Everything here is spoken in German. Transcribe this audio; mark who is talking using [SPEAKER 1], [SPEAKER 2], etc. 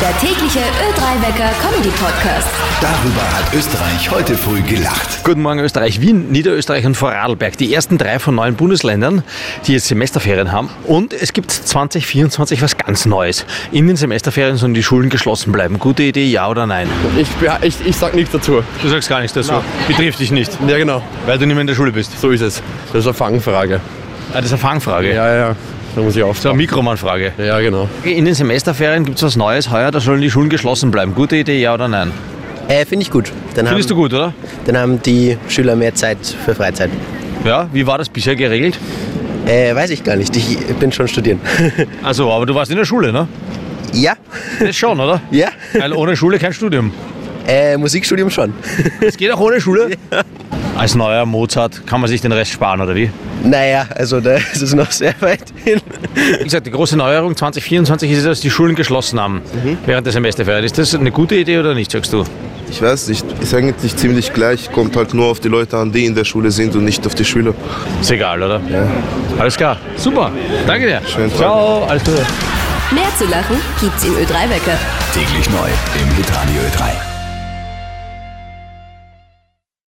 [SPEAKER 1] Der tägliche Ö3-Wecker Comedy Podcast.
[SPEAKER 2] Darüber hat Österreich heute früh gelacht.
[SPEAKER 3] Guten Morgen Österreich, Wien, Niederösterreich und Vorarlberg. Die ersten drei von neun Bundesländern, die jetzt Semesterferien haben. Und es gibt 2024 was ganz Neues. In den Semesterferien sollen die Schulen geschlossen bleiben. Gute Idee, ja oder nein?
[SPEAKER 4] Ich, beh- ich, ich sag nichts dazu.
[SPEAKER 3] Du sagst gar nichts dazu. Betrifft dich nicht,
[SPEAKER 4] Ja, genau.
[SPEAKER 3] weil du nicht mehr in der Schule bist.
[SPEAKER 4] So ist es. Das ist eine Fangfrage.
[SPEAKER 3] Ah, das ist eine Fangfrage.
[SPEAKER 4] Ja, ja. Da muss ich
[SPEAKER 3] So,
[SPEAKER 4] aufschauen.
[SPEAKER 3] Mikromann-Frage.
[SPEAKER 4] Ja, genau.
[SPEAKER 3] In den Semesterferien gibt es was Neues heuer, da sollen die Schulen geschlossen bleiben. Gute Idee, ja oder nein?
[SPEAKER 5] Äh, Finde ich gut. Dann haben,
[SPEAKER 3] Findest du gut, oder?
[SPEAKER 5] dann haben die Schüler mehr Zeit für Freizeit.
[SPEAKER 3] Ja, wie war das bisher geregelt?
[SPEAKER 5] Äh, weiß ich gar nicht. Ich bin schon studieren.
[SPEAKER 3] Also, aber du warst in der Schule, ne?
[SPEAKER 5] ja?
[SPEAKER 3] Das schon, oder?
[SPEAKER 5] Ja?
[SPEAKER 3] Weil ohne Schule kein Studium.
[SPEAKER 5] Äh, Musikstudium schon.
[SPEAKER 3] Es geht auch ohne Schule? Als neuer Mozart kann man sich den Rest sparen, oder wie?
[SPEAKER 5] naja, also da ist es noch sehr weit hin.
[SPEAKER 3] Wie gesagt, die große Neuerung 2024 ist, dass die Schulen geschlossen haben während der Semesterferien. Ist das eine gute Idee oder nicht, sagst du?
[SPEAKER 6] Ich weiß nicht, ist eigentlich ziemlich gleich, kommt halt nur auf die Leute an, die in der Schule sind und nicht auf die Schüler.
[SPEAKER 3] Ist egal, oder? Ja. Alles klar. Super. Danke dir.
[SPEAKER 6] Schönen Tag.
[SPEAKER 3] Ciao. Alles Gute.
[SPEAKER 1] Mehr zu lachen gibt's im Ö3-Wecker.
[SPEAKER 2] Täglich neu im Hitradio 3.